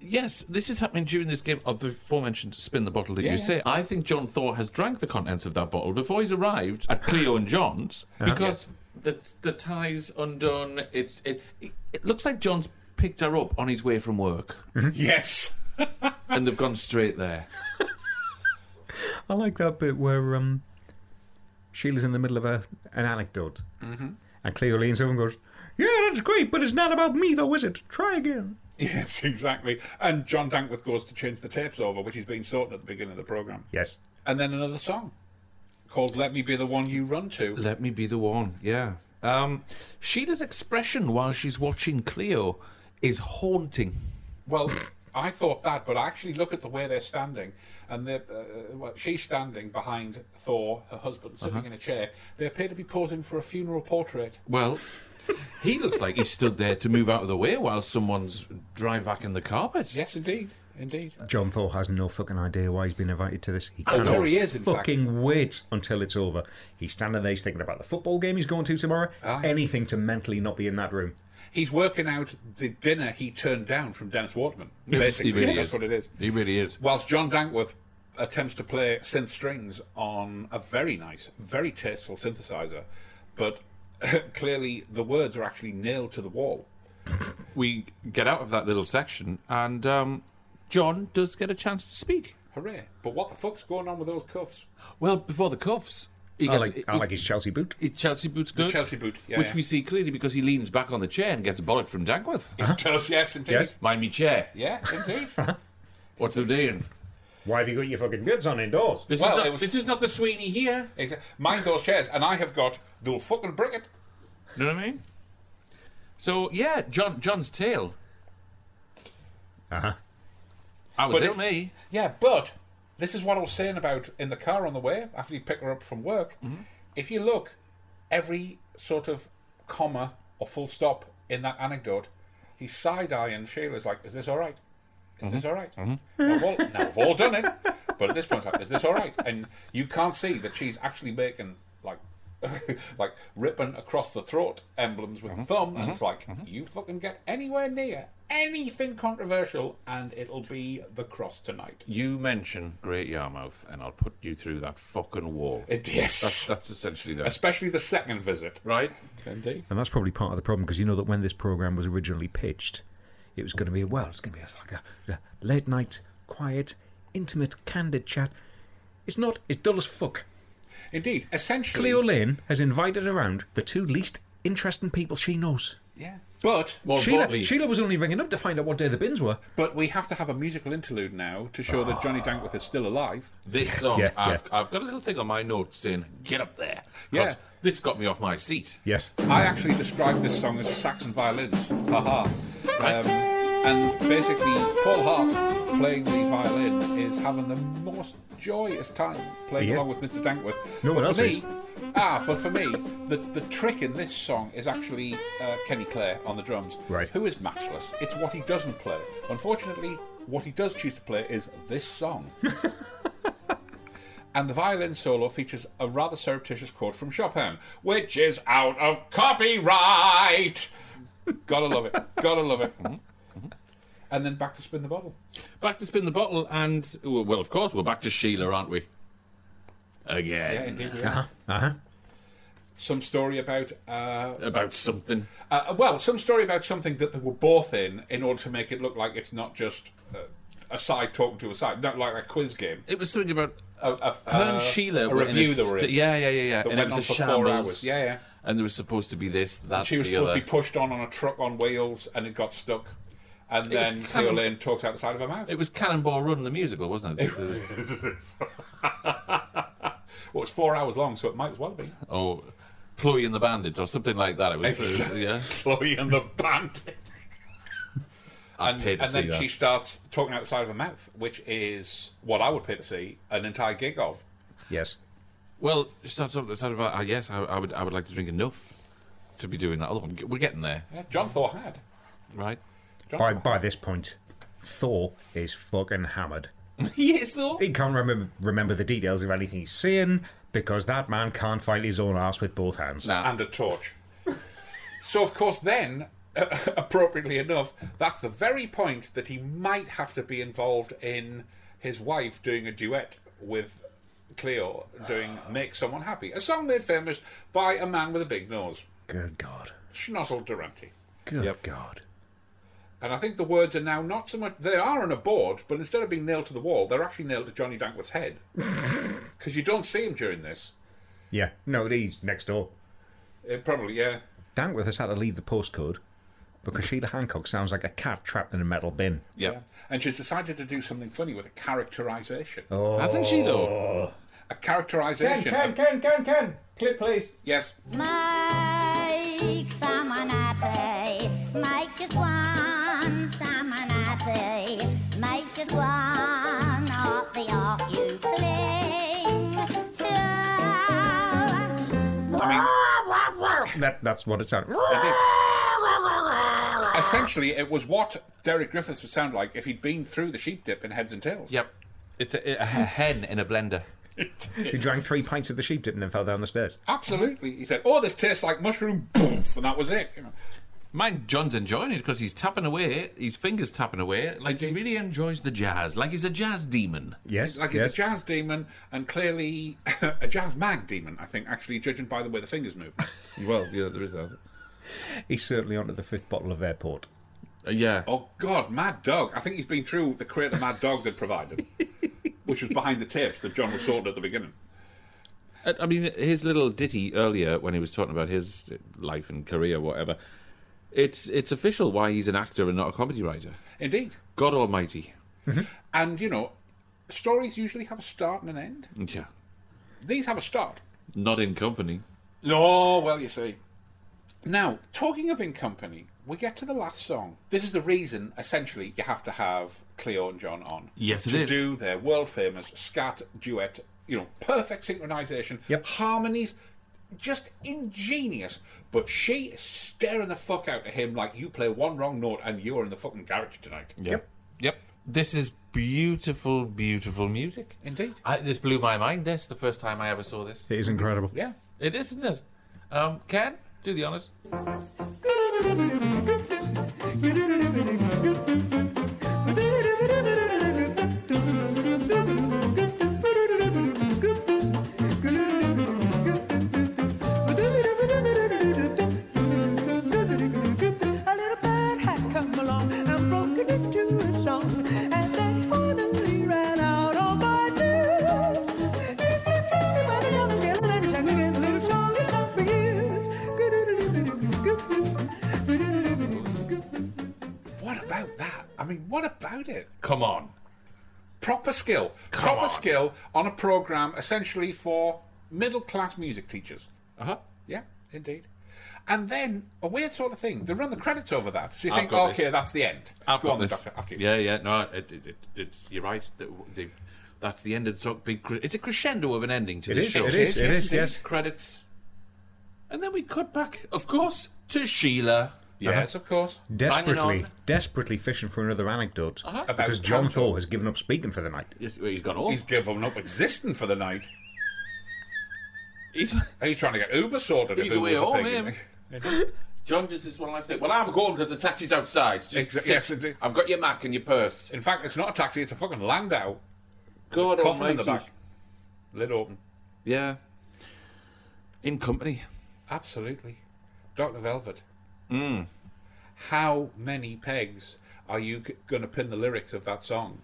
Speaker 3: Yes, this is happening during this game of the aforementioned spin the bottle that
Speaker 5: Yeah,
Speaker 3: you
Speaker 5: yeah.
Speaker 3: say. I think John Thor has drank the contents of that bottle before he's arrived at Cleo and John's
Speaker 2: Uh-huh.
Speaker 3: because the the tie's undone. It's it, it. It looks like John's picked her up on his way from work.
Speaker 5: Yes,
Speaker 3: and they've gone straight there.
Speaker 4: I like that bit where um, Sheila's in the middle of a, an anecdote,
Speaker 5: Mhm.
Speaker 4: and Cleo leans over and goes, "Yeah, that's great, but it's not about me, though, is it? Try again."
Speaker 5: (laughs) Yes, exactly. And John Dankworth goes to change the tapes over, which he's been sorting at the beginning of the programme.
Speaker 4: Yes.
Speaker 5: And then another song called Let Me Be the One You Run To.
Speaker 3: Let me be the one. Yeah. Um, Sheila's expression while she's watching Cleo is haunting.
Speaker 5: Well, I thought that, but I actually look at the way they're standing, and they're, uh, well, she's standing behind Thor, her husband, sitting
Speaker 3: Uh-huh.
Speaker 5: in a chair. They appear to be posing for a funeral portrait.
Speaker 3: Well, he looks like he stood there to move out of the way while someone's dry vacking the carpet.
Speaker 5: Yes, indeed. Indeed.
Speaker 4: John Thor has no fucking idea why he's been invited to this. He
Speaker 5: Oh,
Speaker 4: cannot
Speaker 5: there he is, in fact.
Speaker 4: fucking wait until it's over. He's standing there, he's thinking about the football game he's going to tomorrow.
Speaker 5: Ah,
Speaker 4: Anything to mentally not be in that room.
Speaker 5: He's working out the dinner he turned down from Dennis Waterman.
Speaker 4: Yes,
Speaker 5: basically,
Speaker 4: he really
Speaker 5: that's
Speaker 4: is.
Speaker 5: what it is.
Speaker 3: He really is.
Speaker 5: Whilst John Dankworth attempts to play synth strings on a very nice, very tasteful synthesizer, but (laughs) clearly the words are actually nailed to the wall.
Speaker 3: We get out of that little section, and um, John does get a chance to speak.
Speaker 5: Hooray. But what the fuck's going on with those cuffs?
Speaker 3: Well, before the cuffs. He
Speaker 4: I like- I like his Chelsea boot.
Speaker 3: Chelsea boot's
Speaker 5: The
Speaker 3: good.
Speaker 5: Chelsea boot, yeah,
Speaker 3: Which
Speaker 5: yeah.
Speaker 3: we see clearly because he leans back on the chair and gets a bollock from Dankworth.
Speaker 5: Does, yes, indeed.
Speaker 3: Mind me chair.
Speaker 5: Yeah, indeed.
Speaker 3: What's the doing?
Speaker 4: Why have you got your fucking goods on indoors?
Speaker 3: This
Speaker 5: Well,
Speaker 3: is
Speaker 5: it
Speaker 3: not,
Speaker 5: was-
Speaker 3: this is not the Sweeney here.
Speaker 5: Exactly. Mind those chairs, and I have got they'll fucking brick it.
Speaker 3: know what I mean? So yeah, John John's tale.
Speaker 4: Uh huh.
Speaker 3: I was
Speaker 5: But
Speaker 3: ill,
Speaker 5: if-
Speaker 3: me.
Speaker 5: Yeah, but this is what I was saying about in the car on the way after you pick her up from work. If you look, every sort of comma or full stop in that anecdote, he's side eyeing Sheila's like, "Is this all right? Is this all right?" Now, we've all, now we've all done it, but at this point, it's like, "Is this all right?" And you can't see that she's actually making like. (laughs) like ripping across the throat emblems with the thumb, and it's like you fucking get anywhere near anything controversial, and it'll be the cross tonight.
Speaker 3: You mention Great Yarmouth, and I'll put you through that fucking wall.
Speaker 5: It- yes.
Speaker 3: that's, that's essentially that.
Speaker 5: Especially the second visit.
Speaker 3: Right.
Speaker 5: Indeed.
Speaker 4: And that's probably part of the problem because you know that when this program was originally pitched, it was going to be well, it's going to be like a, a late night, quiet, intimate, candid chat. It's not. It's dull as fuck.
Speaker 5: Indeed. Essentially.
Speaker 4: Cleo Lane has invited around the two least interesting people she knows.
Speaker 5: Yeah. But
Speaker 3: More
Speaker 4: Sheila,
Speaker 3: importantly-
Speaker 4: Sheila was only ringing up to find out what day the bins were.
Speaker 5: but we have to have a musical interlude now to show that Johnny Dankworth is still alive.
Speaker 3: This song,
Speaker 4: Yeah,
Speaker 3: I've, I've got a little thing on my notes saying, "Get up there." 'cause
Speaker 5: Yeah.
Speaker 3: This got me off my seat.
Speaker 4: Yes.
Speaker 5: I actually described this song as Saxon violins. Haha. Um, and basically, Paul Hart playing the violin is having the most joyous time playing
Speaker 4: Yeah.
Speaker 5: along with Mr. Dankworth.
Speaker 4: No one
Speaker 5: but
Speaker 4: else
Speaker 5: for
Speaker 4: is.
Speaker 5: me, Ah, but for me, the, the trick in this song is actually uh, Kenny Clare on the drums,
Speaker 4: Right.
Speaker 5: who is matchless. It's what he doesn't play. Unfortunately, what he does choose to play is this song. and the violin solo features a rather surreptitious quote from Chopin, which is out of copyright. Gotta love it. Gotta love it. Mm-hmm. And then back to spin the bottle.
Speaker 3: Back to spin the bottle, and well, of course, we're back to Sheila, aren't we? Again.
Speaker 5: Yeah, indeed. we are.
Speaker 4: Uh huh.
Speaker 5: Some story about uh,
Speaker 3: About something.
Speaker 5: Uh, well, some story about something that they were both in in order to make it look like it's not just uh, a side talking to a side, not like a quiz game.
Speaker 3: It was something about
Speaker 5: A, a-
Speaker 3: her and
Speaker 5: uh,
Speaker 3: Sheila.
Speaker 5: a
Speaker 3: were in
Speaker 5: review
Speaker 3: a
Speaker 5: they were
Speaker 3: st-
Speaker 5: in.
Speaker 3: Yeah, yeah, yeah, yeah.
Speaker 5: That
Speaker 3: and it
Speaker 5: went
Speaker 3: was
Speaker 5: on
Speaker 3: a
Speaker 5: for
Speaker 3: shambles.
Speaker 5: four hours. Yeah, yeah.
Speaker 3: And there was supposed to be this, that,
Speaker 5: She was
Speaker 3: the
Speaker 5: supposed
Speaker 3: other.
Speaker 5: to be pushed on on a truck on wheels, and it got stuck. And
Speaker 3: was
Speaker 5: then
Speaker 3: kind
Speaker 5: Cleo
Speaker 3: of-
Speaker 5: Lane talks out the side of her mouth.
Speaker 3: (laughs) It was Cannonball Run, the musical, wasn't it? There was-
Speaker 5: well, it's four hours long, so it might as
Speaker 3: (laughs)
Speaker 5: well be.
Speaker 3: or Chloe and the Bandits, or something like that. It was, uh,
Speaker 5: Exactly.
Speaker 3: yeah.
Speaker 5: Chloe and the Bandit. (laughs)
Speaker 3: I'd
Speaker 5: and,
Speaker 3: pay to
Speaker 5: and
Speaker 3: see
Speaker 5: then
Speaker 3: that.
Speaker 5: she starts talking out the side of her mouth, which is what I would pay to see an entire gig of.
Speaker 4: Yes.
Speaker 3: Well, she starts off the side about, ah, yes, I, I would, I would like to drink enough. to be doing that. Although I'm- we're getting there,
Speaker 5: Yeah, John Thor had.
Speaker 3: right?
Speaker 4: By, by this point, Thor is fucking hammered.
Speaker 3: he is Thor.
Speaker 4: He can't remember, remember the details of anything he's seeing because that man can't fight his own ass with both hands.
Speaker 5: and a torch. so, of course, then, (laughs) appropriately enough, that's the very point that he might have to be involved in his wife doing a duet with Cleo doing Make Someone Happy, a song made famous by a man with a big nose,
Speaker 4: Good God.
Speaker 5: Schnozzle Durante.
Speaker 4: Good God.
Speaker 5: And I think the words are now not so much. They are on a board, but instead of being nailed to the wall, they're actually nailed to Johnny Dankworth's head. Because you don't see him during this.
Speaker 4: Yeah, no, he's next door.
Speaker 5: It probably, yeah.
Speaker 4: Dankworth has had to leave the postcode because Sheila Hancock sounds like a cat trapped in a metal bin.
Speaker 3: Yeah.
Speaker 5: And she's decided to do something funny with a characterization.
Speaker 3: Hasn't she
Speaker 5: Oh.
Speaker 3: though?
Speaker 5: A characterization. of-
Speaker 13: Ken, Ken, Ken. Clip, please.
Speaker 5: Yes.
Speaker 12: Make someone happy. Make just one someone happy. Make just one of the art you cling to.
Speaker 4: That, that's what it sounds
Speaker 5: Essentially, it was what Derek Griffiths would sound like if he'd been through the sheep dip in heads and tails.
Speaker 3: Yep. It's a, a hen in
Speaker 5: (laughs)
Speaker 3: a blender.
Speaker 4: He drank three pints of the sheep dip and then fell down the stairs.
Speaker 5: Absolutely. He said, Oh, this tastes like mushroom. Poof, and that was it. You know.
Speaker 3: Mind John's enjoying it because he's tapping away, his fingers tapping away, like he really enjoys the jazz, like he's a jazz demon.
Speaker 4: Yes,
Speaker 5: Like he's
Speaker 4: yes.
Speaker 5: a jazz demon and clearly (laughs) a jazz mag demon, I think, actually, judging by the way the fingers move.
Speaker 3: Well, yeah, there is that.
Speaker 4: He's certainly onto the fifth bottle of their port.
Speaker 3: Uh, yeah.
Speaker 5: oh, God, Mad Dog. I think he's been through the crate of Mad Dog
Speaker 13: (laughs)
Speaker 5: that provided, which was behind the tapes that John was sorting at the beginning.
Speaker 3: I- I mean, his little ditty earlier when he was talking about his life and career, whatever. It's it's official why he's an actor and not a comedy writer.
Speaker 5: Indeed.
Speaker 3: God Almighty.
Speaker 5: And, you know, stories usually have a start and an end.
Speaker 3: Yeah.
Speaker 5: These have a start.
Speaker 3: Not in company.
Speaker 5: No, well, you see. Now, talking of In Company, we get to the last song. This is the reason, essentially, you have to have Cleo and John on.
Speaker 3: Yes, it
Speaker 5: to
Speaker 3: is.
Speaker 5: do their world famous scat duet. You know, perfect synchronization,
Speaker 4: Yep.
Speaker 5: harmonies, just ingenious. But she is staring the fuck out at him like you play one wrong note and you are in the fucking garage tonight.
Speaker 3: Yep. Yep. This is beautiful, beautiful music.
Speaker 5: Indeed.
Speaker 3: I, this blew my mind. This the first time I ever saw this.
Speaker 4: It is incredible.
Speaker 5: Yeah.
Speaker 3: It is, isn't it? Um, Ken, do the honors.
Speaker 8: A little bird had come along and broken into a song, and then finally ran out of ideas. If you tell me about the young and the and the again, a little song is not for you.
Speaker 5: What about that? I mean, what about it?
Speaker 3: Come on.
Speaker 5: proper skill,
Speaker 3: Come
Speaker 5: proper
Speaker 3: on.
Speaker 5: skill on a program essentially for middle class music teachers. Uh
Speaker 3: Uh-huh.
Speaker 5: huh. Yeah, indeed. And then a weird sort of thing. They run the credits over that, so you
Speaker 3: I've
Speaker 5: think,
Speaker 3: got
Speaker 5: okay,
Speaker 3: this.
Speaker 5: that's the end.
Speaker 3: I've
Speaker 5: Go
Speaker 3: got
Speaker 5: on,
Speaker 3: this.
Speaker 5: Doctor, after you.
Speaker 3: Yeah, yeah. No, it, it, it, it's, you're right. The- the- that's the end. It's a big. cre- It's a crescendo of an ending to
Speaker 4: It
Speaker 3: this
Speaker 4: is,
Speaker 3: show.
Speaker 4: it is, it is, yes.
Speaker 3: Credits, and then we cut back, of course, to Sheila.
Speaker 5: Yes, of course.
Speaker 3: Banging
Speaker 4: Desperately,
Speaker 3: on.
Speaker 4: desperately fishing for another anecdote
Speaker 5: Uh-huh. About
Speaker 4: because John
Speaker 5: Panto.
Speaker 4: Thor has given up speaking for the night.
Speaker 3: He's- He's got all.
Speaker 5: He's given up existing for the night.
Speaker 3: He's,
Speaker 5: He's trying to get Uber sorted.
Speaker 3: he's
Speaker 5: if
Speaker 3: away
Speaker 5: Uber's a
Speaker 3: home,
Speaker 5: thing.
Speaker 3: him. John does this one last thing. Well, I'm going because the taxi's outside. Just
Speaker 5: Exa-
Speaker 3: sit.
Speaker 5: yes, indeed.
Speaker 3: I've got your Mac and your purse.
Speaker 5: In fact, it's not a taxi; it's a fucking Landau.
Speaker 3: God
Speaker 5: Coffin
Speaker 3: almighty.
Speaker 5: in the back, lid open.
Speaker 3: Yeah. In company.
Speaker 5: Absolutely. Dr. Velvet. How many pegs are you g- going to pin the lyrics of that song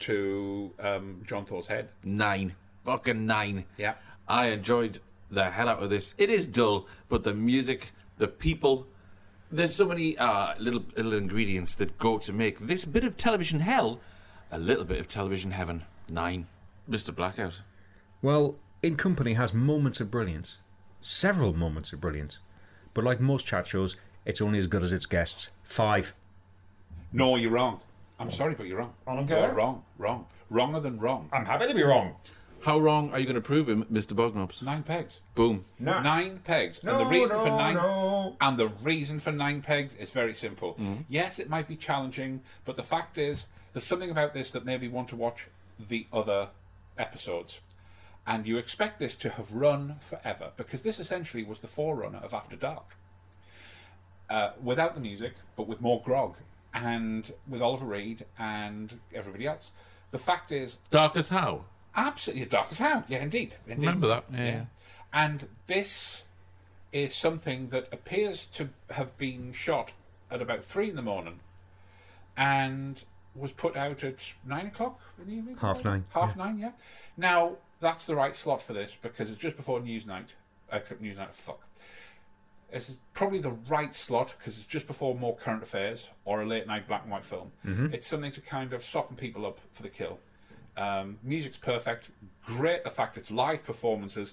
Speaker 5: to um, John Thor's head?
Speaker 3: Nine. Fucking nine.
Speaker 5: Yeah.
Speaker 3: I enjoyed the hell out of this. It is dull, but the music, the people, there's so many uh, little little ingredients that go to make this bit of television hell a little bit of television heaven. Nine. Mr. Blackout.
Speaker 4: Well, In Company has moments of brilliance, several moments of brilliance, but like most chat shows, it's only as good as its guests. Five.
Speaker 5: No, you're wrong. I'm sorry, but you're wrong.
Speaker 13: I don't
Speaker 5: You're
Speaker 13: care.
Speaker 5: wrong, wrong. Wronger than wrong.
Speaker 13: I'm happy to be wrong.
Speaker 3: How wrong are you going to prove him, Mr. Bognops?
Speaker 5: Nine pegs.
Speaker 3: Boom.
Speaker 5: Nine pegs.
Speaker 3: No,
Speaker 5: and the reason for
Speaker 3: no,
Speaker 5: nine and the reason for nine pegs is very simple.
Speaker 3: Mm-hmm.
Speaker 5: Yes, it might be challenging, but the fact is there's something about this that made me want to watch the other episodes. And you expect this to have run forever, because this essentially was the forerunner of After Dark. Uh, without the music, but with more grog, and with Oliver Reed and everybody else. The fact is,
Speaker 3: Dark as how?
Speaker 5: Absolutely dark as hell. Yeah, indeed. indeed.
Speaker 3: Remember that, yeah.
Speaker 5: And this is something that appears to have been shot at about three in the morning and was put out at nine o'clock in the evening.
Speaker 4: Half nine,
Speaker 5: Half nine, yeah. Now, that's the right slot for this because it's just before Newsnight, except Newsnight, fuck. This is probably the right slot because it's just before more current affairs or a late night black and white film.
Speaker 14: Mhm.
Speaker 5: It's something to kind of soften people up for the kill. Um, music's perfect. Great the fact it's live performances.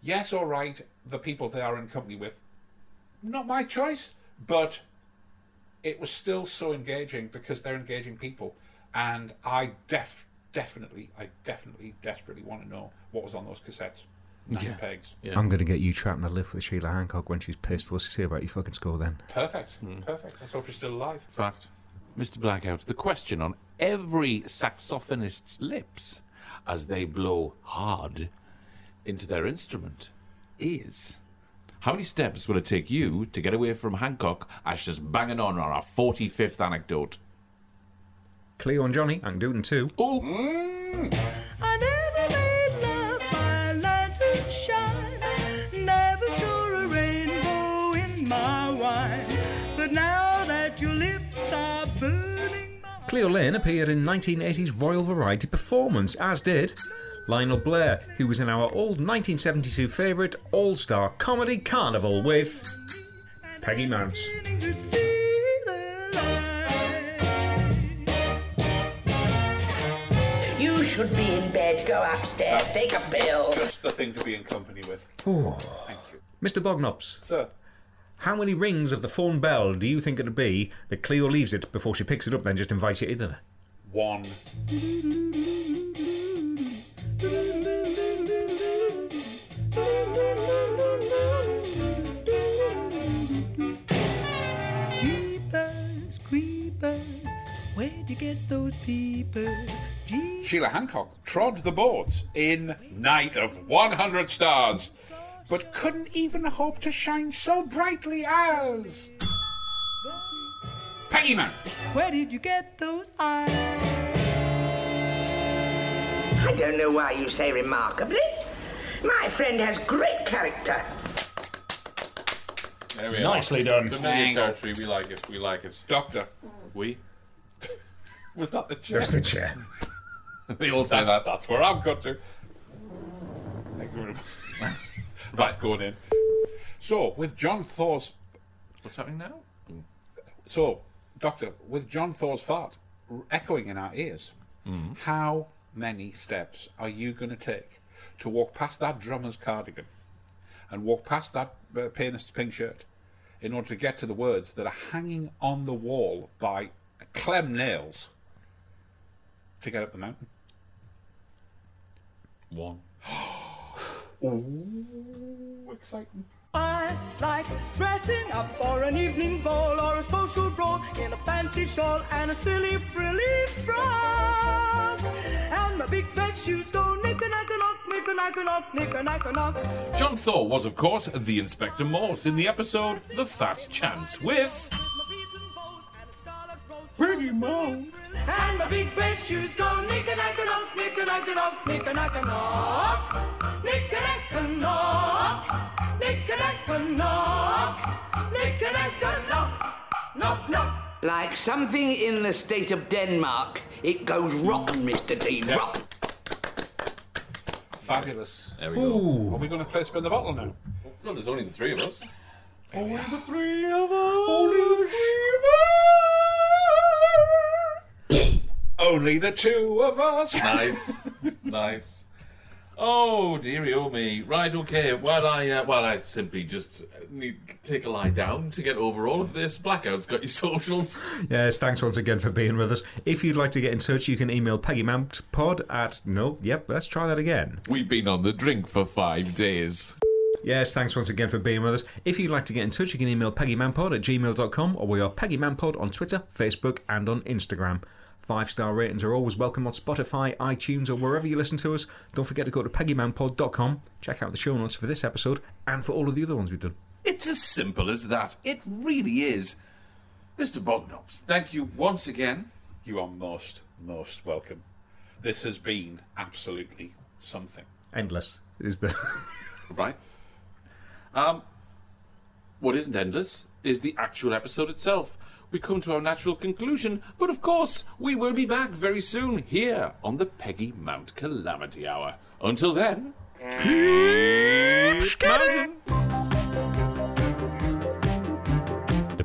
Speaker 5: Yes, all right, the people they are in company with. Not my choice, but it was still so engaging because they're engaging people. And I def definitely, I definitely, desperately want to know what was on those cassettes. Nine
Speaker 3: Yeah.
Speaker 5: pegs.
Speaker 4: I'm going to get you trapped in a lift with Sheila Hancock when she's pissed. What's she say about your fucking score then?
Speaker 5: Perfect.
Speaker 3: Mm.
Speaker 5: Perfect. Let's hope she's still alive.
Speaker 3: Fact. Mr. Blackout, the question on every saxophonist's lips as they blow hard into their instrument is how many steps will it take you to get away from Hancock as she's banging on on our 45th anecdote?
Speaker 4: Cleo and Johnny, I can do it in two.
Speaker 3: Oh!
Speaker 15: I never made love by lantern shine. Never saw a rainbow in my wine. But now that your lips are burning,
Speaker 4: Cleo Lane appeared in 1980's Royal Variety Performance, as did Lionel Blair, who was in our old 1972 favourite All Star Comedy Carnival with Peggy Mance.
Speaker 15: beginning to see the light. You should be in bed. Go upstairs. Take a pill.
Speaker 5: Just the thing to be in company with.
Speaker 4: Ooh. Mr. Bognops.
Speaker 5: Sir.
Speaker 4: How many rings of the phone bell do you think it'd be that Cleo leaves it before she picks it up, then just invites you to dinner?
Speaker 5: One.
Speaker 15: Jeepers, creepers, where'd you get those peepers?
Speaker 5: Sheila Hancock trod the boards in Night of 100 Stars, but couldn't even hope to shine so brightly as. Peggy Man!
Speaker 15: Where did you get those eyes?
Speaker 9: I don't know why you say remarkably. My friend has great character.
Speaker 5: There we
Speaker 3: Nicely
Speaker 5: are.
Speaker 3: done.
Speaker 5: Familiar
Speaker 3: Angle.
Speaker 5: territory, we like it, we like it. Doctor.
Speaker 3: We?
Speaker 5: (laughs) Was that (laughs) the chair?
Speaker 4: That's the chair.
Speaker 5: they all say that. That's where I've got to. (laughs) That's going in. So, with John Thor's.
Speaker 3: What's happening now?
Speaker 5: So, Doctor, with John Thor's fart r- echoing in our ears, how many steps are you going to take to walk past that drummer's cardigan and walk past that uh, pianist's pink shirt in order to get to the words that are hanging on the wall by Clem Nails to get up the mountain?
Speaker 3: One.
Speaker 5: Ooh, exciting.
Speaker 15: I like dressing up for an evening ball or a social brawl in a fancy shawl and a silly frilly frock. And my big pet shoes go knick and I knock, knick and I knock, knick and I knock.
Speaker 3: John Thor was, of course, the Inspector Morse in the episode The Fat Chance with.
Speaker 15: Pretty Mo. And my big red shoes go knick and I knock, knick and I knock, knick and I knock. Knick and I knock, knick and I knock, knick and I knock, knock, knock.
Speaker 9: Like something in the state of Denmark, it goes rock, Mr. D. Rock.
Speaker 5: Fabulous.
Speaker 3: There
Speaker 9: we go.
Speaker 5: Are we going to play spin the bottle now?
Speaker 3: Well, there's only the three of us.
Speaker 5: Only
Speaker 3: the three of us.
Speaker 5: Only the three of us. (coughs) Only the two of us.
Speaker 3: Nice. nice. Oh dearie, oh me. Right, okay. While I, uh, while I simply just uh, need take a lie down to get over all of this. Blackout's got your socials.
Speaker 4: Yes, thanks once again for being with us. If you'd like to get in touch, you can email peggymountpod at. No, yep, let's try that again.
Speaker 3: We've been on the drink for five days.
Speaker 4: Yes, thanks once again for being with us. If you'd like to get in touch, you can email peggymanpod at gmail.com or we are peggymanpod on Twitter, Facebook, and on Instagram. Five star ratings are always welcome on Spotify, iTunes, or wherever you listen to us. Don't forget to go to peggymanpod.com, check out the show notes for this episode and for all of the other ones we've done.
Speaker 3: It's as simple as that. It really is. Mr. Bognops, thank you once again.
Speaker 5: You are most, most welcome. This has been absolutely something.
Speaker 4: Endless is the. (laughs)
Speaker 3: Right. Um, what isn't endless is the actual episode itself. We come to our natural conclusion, but of course, we will be back very soon here on the Peggy Mount Calamity Hour. Until then, keep scourging!
Speaker 8: The